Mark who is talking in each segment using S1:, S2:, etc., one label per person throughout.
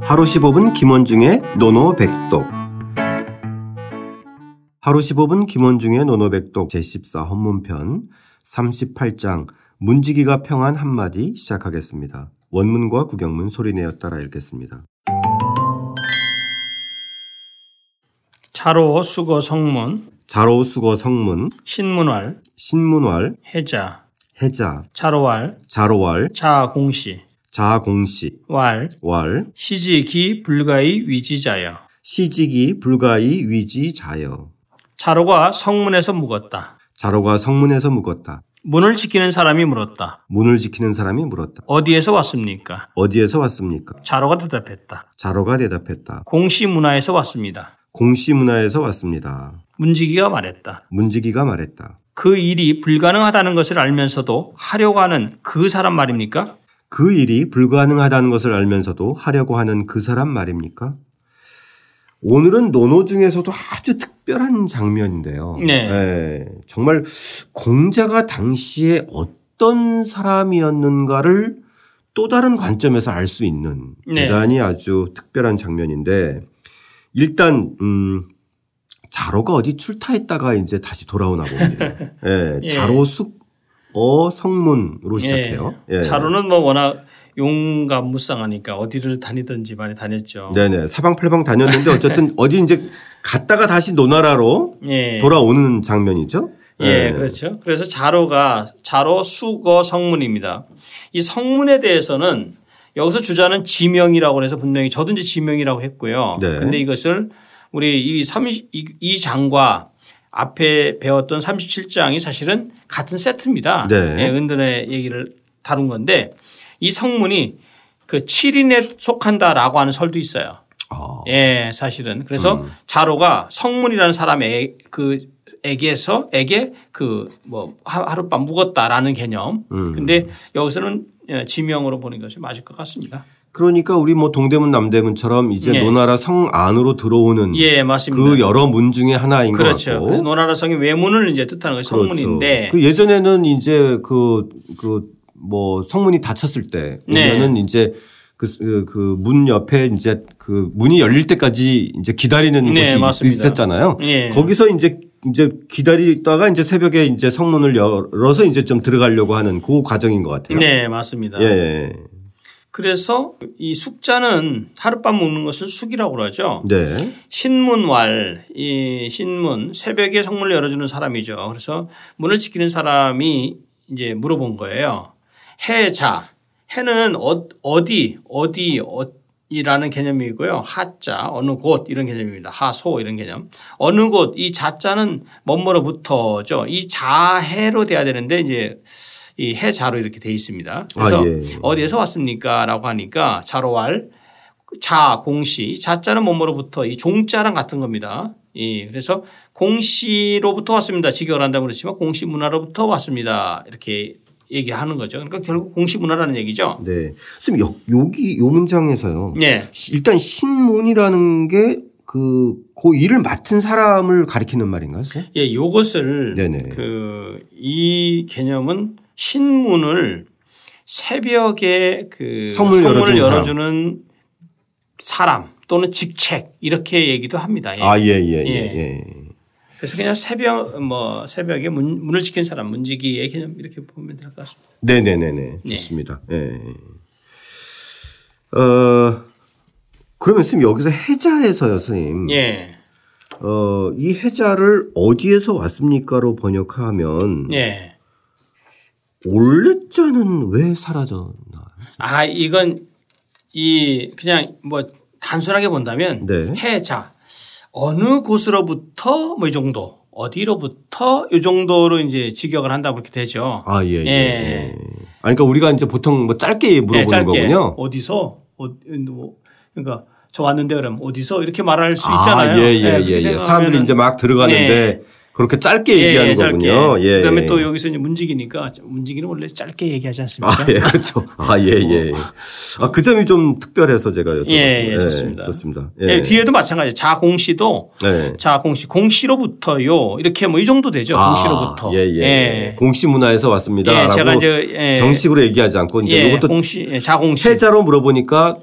S1: 하루 15분 김원중의 노노백독 하루 15분 김원중의 노노백독 제14 헌문편 38장 문지기가 평한 한마디 시작하겠습니다. 원문과 구경문 소리내어 따라 읽겠습니다.
S2: 자로 수거 성문
S1: 자로 수거 성문
S2: 신문활
S1: 신문왈
S2: 해자
S1: 해자
S2: 자로활
S1: 자로왈
S2: 자공시
S1: 자공시
S2: 왈
S1: 왈
S2: 시지기 불가의 위지자여
S1: 시직이 불가이 위지자여
S2: 자로가 성문에서 묵었다.
S1: 자로가 성문에서 묵었다.
S2: 문을 지키는 사람이 물었다.
S1: 문을 지키는 사람이 물었다.
S2: 어디에서 왔습니까?
S1: 어디에서 왔습니까?
S2: 자로가 대답했다.
S1: 자로가 대답했다.
S2: 공시 문화에서 왔습니다.
S1: 공시 문화에서 왔습니다.
S2: 문지기가 말했다.
S1: 문지기가 말했다.
S2: 그 일이 불가능하다는 것을 알면서도 하려고 하는 그 사람 말입니까?
S1: 그 일이 불가능하다는 것을 알면서도 하려고 하는 그 사람 말입니까? 오늘은 노노 중에서도 아주 특별한 장면인데요.
S2: 네.
S1: 예, 정말 공자가 당시에 어떤 사람이었는가를 또 다른 관점에서 알 수 있는
S2: 네.
S1: 대단히 아주 특별한 장면인데 일단 음 자로가 어디 출타했다가 이제 다시 돌아오나 봅니다. 예,
S2: 예.
S1: 자로 숙어 성문으로 시작해요.
S2: 예.
S1: 예.
S2: 자로는 뭐 워낙 용감 무쌍하니까 어디를 다니든지 많이 다녔죠.
S1: 네네 사방팔방 다녔는데 어쨌든 어디 이제 갔다가 다시 노나라로
S2: 예.
S1: 돌아오는 장면이죠.
S2: 예,
S1: 네.
S2: 그렇죠. 그래서 자로가 자로 수거 성문입니다. 이 성문에 대해서는 여기서 주자는 지명이라고 해서 분명히 저도 이제 지명이라고 했고요.
S1: 네.
S2: 근데 이것을 우리 이, 30, 이, 이 장과 앞에 배웠던 37장이 사실은 같은 세트입니다.
S1: 네.
S2: 예, 은둔의 얘기를 다룬 건데 이 성문이 그 7인에 속한다라고 하는 설도 있어요.
S1: 아,
S2: 예, 사실은. 그래서
S1: 음.
S2: 자로가 성문이라는 사람의 그 에게서 에게 그 뭐 하룻밤 묵었다라는 개념.
S1: 음.
S2: 근데 여기서는 예, 지명으로 보는 것이 맞을 것 같습니다.
S1: 그러니까 우리 뭐 동대문 남대문처럼 이제
S2: 예.
S1: 노나라 성 안으로 들어오는
S2: 예, 맞습니다.
S1: 그 여러 문 중에 하나인
S2: 그렇죠.
S1: 것
S2: 그래서
S1: 같고.
S2: 노나라 성의 외문을 이제 뜻하는 것이 성문인데
S1: 그렇죠. 그 예전에는 이제 그 그 뭐 성문이 닫혔을 때
S2: 네.
S1: 보면은 이제 그, 그그문 옆에 이제 그 문이 열릴 때까지 이제 기다리는
S2: 네,
S1: 곳이 있-
S2: 맞습니다.
S1: 있었잖아요.
S2: 예.
S1: 거기서 이제 이제 기다리다가 이제 새벽에 이제 성문을 열어서 이제 좀 들어가려고 하는 그 과정인 것 같아요.
S2: 네, 맞습니다.
S1: 예.
S2: 그래서 이 숙자는 하룻밤 묵는 것을 숙이라고 그러죠.
S1: 네.
S2: 신문왈 이 신문 새벽에 성문을 열어주는 사람이죠. 그래서 문을 지키는 사람이 이제 물어본 거예요. 해자 해는 어, 어디 어디 어, 이라는 개념이고요. 하자 어느 곳 이런 개념입니다. 하소 이런 개념. 어느 곳 이 자자는 뭐뭐로부터죠. 이 자해로 돼야 되는데 이제 이 해자로 이렇게 돼 있습니다. 그래서
S1: 아, 예.
S2: 어디에서 왔습니까라고 하니까 자로왈 그 자 공시 자자는 뭐뭐로부터 이 종자랑 같은 겁니다. 예, 그래서 공시로부터 왔습니다. 직결한다고 그렇지만 공시 문화로부터 왔습니다. 이렇게 얘기하는 거죠. 그러니까 결국 공시 문화라는 얘기죠.
S1: 네. 선생님 여- 여기 요 문장에서요.
S2: 예.
S1: 시- 일단 신문이라는 게 그 그 일을 맡은 사람을 가리키는 말인가요? 선생님?
S2: 예, 요것을
S1: 네네.
S2: 그 이 개념은 신문을 새벽에 그
S1: 성문을 열어주는
S2: 열어주는 사람. 또는 직책 이렇게 얘기도 합니다. 예.
S1: 아, 예, 예, 예.
S2: 예.
S1: 예.
S2: 그래서 그냥 새벽 뭐 새벽에 문, 문을 지킨 사람 문지기의 개념 이렇게 보면 될 것 같습니다.
S1: 네네네네.
S2: 네.
S1: 좋습니다. 예. 어, 그러면 선생님 여기서 해자에서요, 선생님.
S2: 예,
S1: 어, 이 해자를 어디에서 왔습니까로 번역하면
S2: 예.
S1: 올레자는 왜 사라졌나?
S2: 아 이건 이 그냥 뭐 단순하게 본다면
S1: 네.
S2: 해자 어느 곳으로부터 뭐 이 정도 어디로부터 이 정도로 이제 직역을 한다 그렇게 되죠.
S1: 아, 예, 예.
S2: 예.
S1: 예. 아, 그러니까 우리가 이제 보통 뭐 짧게 물어보는
S2: 예, 짧게
S1: 거군요.
S2: 어디서 어, 뭐, 그러니까 저 왔는데 그러면 어디서 이렇게 말할 수
S1: 아,
S2: 있잖아요. 네,
S1: 예, 예,
S2: 그렇게
S1: 예, 예.
S2: 생각하면은 예.
S1: 사람들이 이제 막 들어가는데 그렇게 짧게 얘기하는 거군요.
S2: 짧게.
S1: 예.
S2: 그다음에 또 여기서 이제 문지기니까 문지기는 원래 짧게 얘기하지
S1: 아,
S2: 않습니까?
S1: 예, 그렇죠. 아, 예, 예. 아, 그 점이 좀 특별해서 제가 여쭤봤습니다.
S2: 예, 예, 좋습니다.
S1: 좋습니다.
S2: 예, 뒤에도 마찬가지. 자공시도
S1: 예.
S2: 자공시 공시로부터요. 이렇게 뭐 이 정도 되죠.
S1: 아,
S2: 공시로부터.
S1: 예, 예. 공시 문화에서 왔습니다.
S2: 예,
S1: 라고
S2: 제가 이제 예,
S1: 정식으로 얘기하지 않고 이제
S2: 예,
S1: 이것도
S2: 공시 예, 자공시
S1: 해자로 물어보니까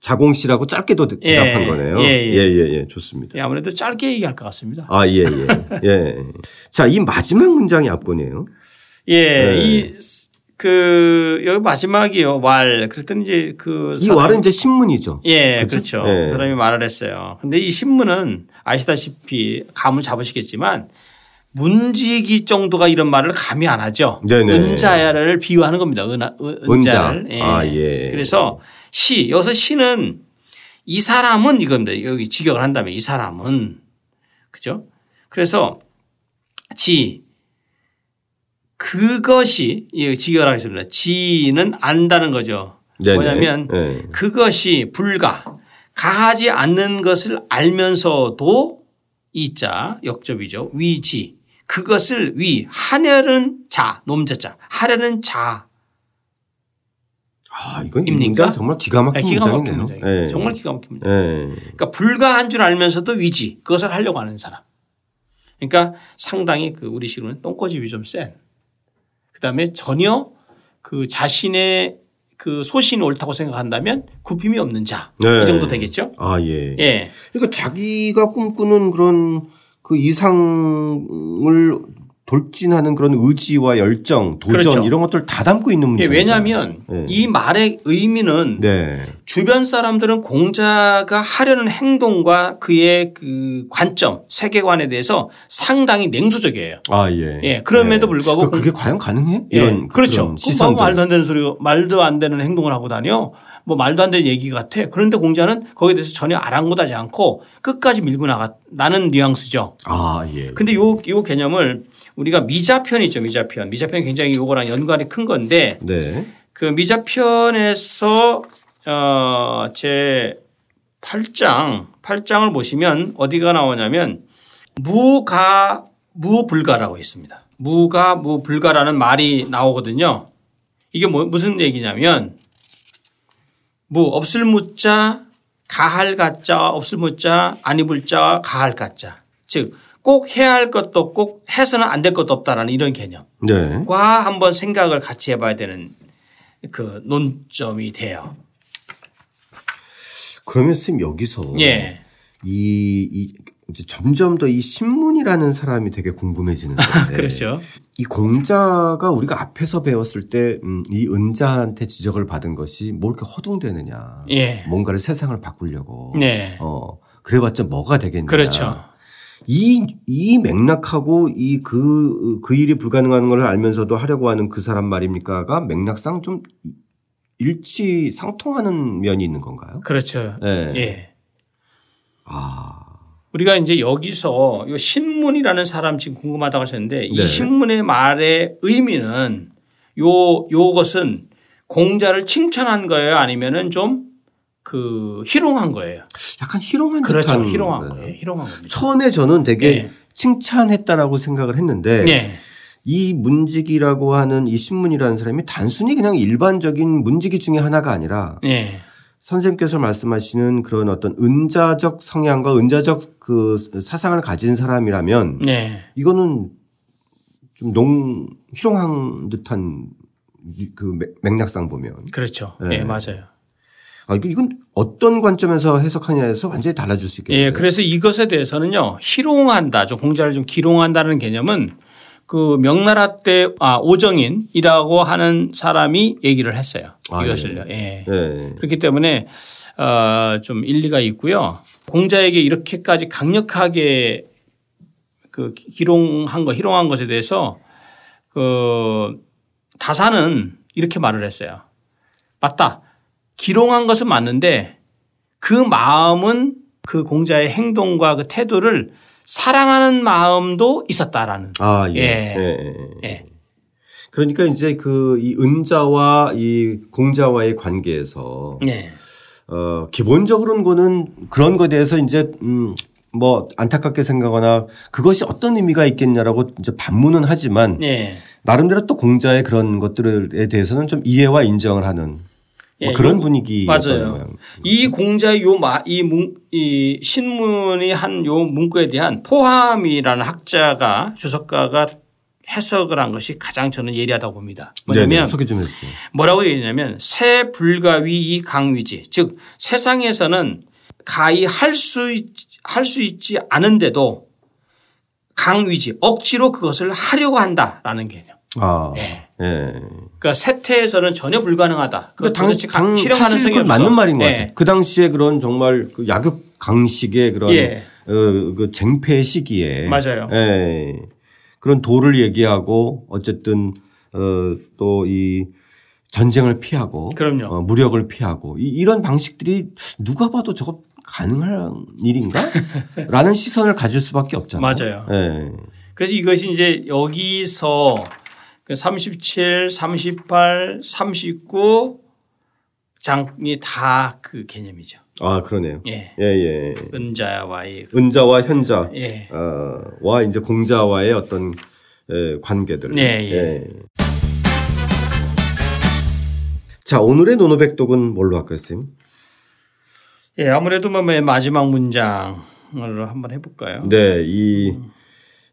S1: 자공씨라고 짧게도 대- 대답한
S2: 예,
S1: 거네요.
S2: 예,
S1: 예,
S2: 예.
S1: 예, 예. 좋습니다.
S2: 예, 아무래도 짧게 얘기할 것 같습니다.
S1: 아, 예, 예. 예. 자, 이 마지막 문장이 압권이에요.
S2: 예,
S1: 네.
S2: 이그 여기 마지막이요 왈. 그랬더니 이제 그
S1: 이
S2: 사람이-
S1: 왈은 이제 신문이죠.
S2: 예,
S1: 그렇죠?
S2: 그렇죠.
S1: 예.
S2: 그 사람이 말을 했어요. 근데 이 신문은 아시다시피 감을 잡으시겠지만 문지기 정도가 이런 말을 감히 안 하죠.
S1: 네네.
S2: 은자야를 비유하는 겁니다. 은,
S1: 은자.
S2: 은자. 를
S1: 아, 예.
S2: 그래서 시, 여기서 시는 이 사람은 이겁니다. 여기 직역을 한다면 이 사람은. 그죠? 그래서 지, 그것이, 예, 직역을 하겠습니다. 지는 안다는 거죠.
S1: 네네.
S2: 뭐냐면
S1: 예.
S2: 그것이 불가 가하지 않는 것을 알면서도 이자 역접이죠 위지 그것을 위 하려는 자 놈자자 하려는 자
S1: 아, 이건 이
S2: 입니까?
S1: 문장 정말 아, 기가 막힌
S2: 기가 막힌
S1: 문장이네요.
S2: 문장이에요
S1: 예.
S2: 정말 기가 막힌 문장
S1: 예.
S2: 그러니까 불가한 줄 알면서도 위지 그것을 하려고 하는 사람 그러니까 상당히 그 우리 식으로는 똥꼬집이 좀 센 그다음에 전혀 그 자신의 그 소신이 옳다고 생각한다면 굽힘이 없는 자 이
S1: 네.
S2: 정도 되겠죠
S1: 아, 예.
S2: 예.
S1: 그러니까 자기가 꿈꾸는 그런 그 이상을 돌진하는 그런 의지와 열정, 도전
S2: 그렇죠.
S1: 이런 것들 다 담고 있는
S2: 예,
S1: 문제.
S2: 왜냐하면
S1: 네.
S2: 이 말의 의미는
S1: 네.
S2: 주변 사람들은 공자가 하려는 행동과 그의 그 관점, 세계관에 대해서 상당히 냉소적이에요.
S1: 아, 예.
S2: 예, 그럼에도 불구하고
S1: 그게 과연 가능해?
S2: 예,
S1: 이런
S2: 그렇죠.
S1: 그런
S2: 그뭐
S1: 시선들.
S2: 말도 안 되는 소리, 말도 안 되는 행동을 하고 다녀. 뭐 말도 안 되는 얘기 같아. 그런데 공자는 거기에 대해서 전혀 아랑곳하지 않고 끝까지 밀고 나가 나는 뉘앙스죠.
S1: 아, 예.
S2: 근데 요, 요 개념을 우리가 미자편이 있죠. 미자편. 미자편이 굉장히 요거랑 연관이 큰 건데
S1: 네.
S2: 그 미자편에서 어, 어제 8장 8장을 보시면 어디가 나오냐면 무가 무불가라고 있습니다. 무가 무불가라는 말이 나오거든요. 이게 뭐- 무슨 얘기냐면 무 없을 무자 가할 가자 없을 무자 안 입을 자 가할 가자 즉 꼭 해야 할 것도 없고 해서는 안 될 것도 없다라는 이런 개념.
S1: 네.
S2: 과 한번 생각을 같이 해봐야 되는 그 논점이 돼요.
S1: 그러면 선생님 여기서
S2: 예.
S1: 이, 이 이제 점점 더 이 신문이라는 사람이 되게 궁금해지는데.
S2: 그렇죠.
S1: 이 공자가 우리가 앞에서 배웠을 때, 음, 이 은자한테 지적을 받은 것이 뭘 이렇게 허둥대느냐.
S2: 예.
S1: 뭔가를 세상을 바꾸려고.
S2: 네.
S1: 어, 그래봤자 뭐가 되겠냐.
S2: 그렇죠.
S1: 이, 이 맥락하고 이 그, 그 일이 불가능한 걸 알면서도 하려고 하는 그 사람 말입니까가 맥락상 좀 일치 상통하는 면이 있는 건가요?
S2: 그렇죠.
S1: 예.
S2: 예.
S1: 아,
S2: 우리가 이제 여기서 요 신문이라는 사람 지금 궁금하다고 하셨는데
S1: 네.
S2: 이 신문의 말의 의미는 요 요것은 공자를 칭찬한 거예요, 아니면은 좀 그 희롱한 거예요.
S1: 약간 희롱한
S2: 그렇죠,
S1: 듯한
S2: 희롱한
S1: 네.
S2: 거예요, 희롱한 겁니다.
S1: 처음에 저는 되게
S2: 예.
S1: 칭찬했다라고 생각을 했는데
S2: 네.
S1: 이 문지기라고 하는 이 신문이라는 사람이 단순히 그냥 일반적인 문지기 중에 하나가 아니라
S2: 네.
S1: 선생님께서 말씀하시는 그런 어떤 은자적 성향과 은자적 그 사상을 가진 사람이라면
S2: 네.
S1: 이거는 좀 농, 희롱한 듯한 이- 그 맥- 맥락상 보면.
S2: 그렇죠.
S1: 예.
S2: 예, 맞아요.
S1: 아, 이거- 이건 어떤 관점에서 해석하냐에서 완전히 달라질 수 있겠네요.
S2: 예, 그래서 이것에 대해서는요, 희롱한다, 좀 공자를 좀 기롱한다는 개념은 그 명나라 때 아, 오정인이라고 하는 사람이 얘기를 했어요.
S1: 아,
S2: 이것을요. 예.
S1: 예.
S2: 그렇기 때문에 어, 좀 일리가 있고요. 공자에게 이렇게까지 강력하게 그 기롱한 것, 희롱한 것에 대해서 그 다사는 이렇게 말을 했어요. 맞다. 기롱한 것은 맞는데 그 마음은 그 공자의 행동과 그 태도를 사랑하는 마음도 있었다라는.
S1: 아, 예.
S2: 예.
S1: 예.
S2: 예.
S1: 그러니까 이제 그 이 은자와 이 공자와의 관계에서
S2: 네.
S1: 어, 기본적으로는 거는 그런 거에 대해서 이제 음, 뭐 안타깝게 생각하거나 그것이 어떤 의미가 있겠냐라고 이제 반문은 하지만
S2: 네.
S1: 나름대로 또 공자의 그런 것들에 대해서는 좀 이해와 인정을 하는 뭐
S2: 예,
S1: 그런 분위기
S2: 맞아요. 이 공자의 요 마, 이 문, 이 신문이 한 요 문구에 대한 포함이라는 학자가 주석가가 해석을 한 것이 가장 저는 예리하다고 봅니다.
S1: 네,
S2: 뭐냐면
S1: 네, 소개 좀 해주세요.
S2: 뭐라고 얘기냐면 새 불가위 이 강위지 즉 세상에서는 가히 할수 할 수 있지 않은데도 강위지 억지로 그것을 하려고 한다라는 개념.
S1: 아,
S2: 네.
S1: 예.
S2: 그러니까 세태에서는 전혀 불가능하다. 그
S1: 그러니까 당,
S2: 도대체 가-
S1: 당,
S2: 실현
S1: 사실
S2: 가능성이
S1: 그건
S2: 없어.
S1: 맞는 말인 것
S2: 예.
S1: 같아요. 그 당시에 그런 정말 그 야급 강식의 그런
S2: 예.
S1: 어, 그 쟁패 시기에
S2: 맞아요.
S1: 예. 그런 도를 얘기하고 어쨌든 어, 또 이 전쟁을 피하고
S2: 그럼요.
S1: 어, 무력을 피하고 이, 이런 방식들이 누가 봐도 저거 가능한 일인가? 라는 시선을 가질 수밖에 없잖아요.
S2: 맞아요.
S1: 예.
S2: 그래서 이것이 이제 여기서 그 37, 38, 39 장이 다 그 개념이죠.
S1: 아, 그러네요.
S2: 예.
S1: 예, 예.
S2: 은자와의 그
S1: 은자와 현자
S2: 예.
S1: 어, 와 이제 공자와의 어떤 에, 관계들.
S2: 네, 예.
S1: 자 오늘의 노노백독은 뭘로 할까요, 쌤?
S2: 예, 아무래도 뭐 마지막 문장을 한번 해볼까요?
S1: 네, 이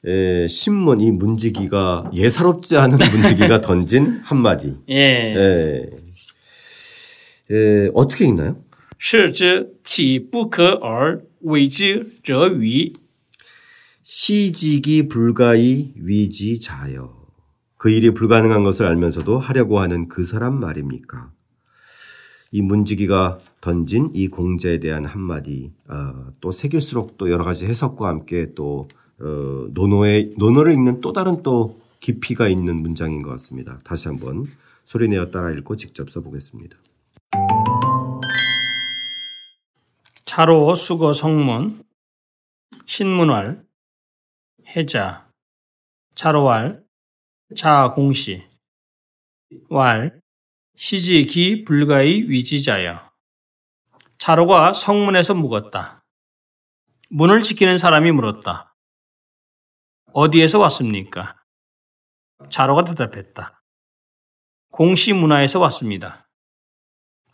S1: 에, 신문 이 문지기가 예사롭지 않은 문지기가 던진 한마디.
S2: 예,
S1: 예. 예, 어떻게 읽나요?
S2: 그, 是之岂不可而为之者与？
S1: 시직이 불가이 위지자여. 그 일이 불가능한 것을 알면서도 하려고 하는 그 사람 말입니까? 이 문지기가 던진 이 공제에 대한 한마디, 어, 또 새길수록 또 여러 가지 해석과 함께 또, 어, 논어의, 논어를 읽는 또 다른 또 깊이가 있는 문장인 것 같습니다. 다시 한번 소리내어 따라 읽고 직접 써보겠습니다.
S2: 자로 수거 성문 신문활 해자 자로활 자공시 왈 시지기 불가의 위지자여 자로가 성문에서 묵었다. 문을 지키는 사람이 물었다. 어디에서 왔습니까? 자로가 대답했다. 공시 문화에서 왔습니다.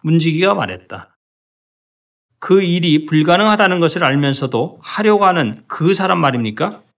S2: 문지기가 말했다. 그 일이 불가능하다는 것을 알면서도 하려고 하는 그 사람 말입니까?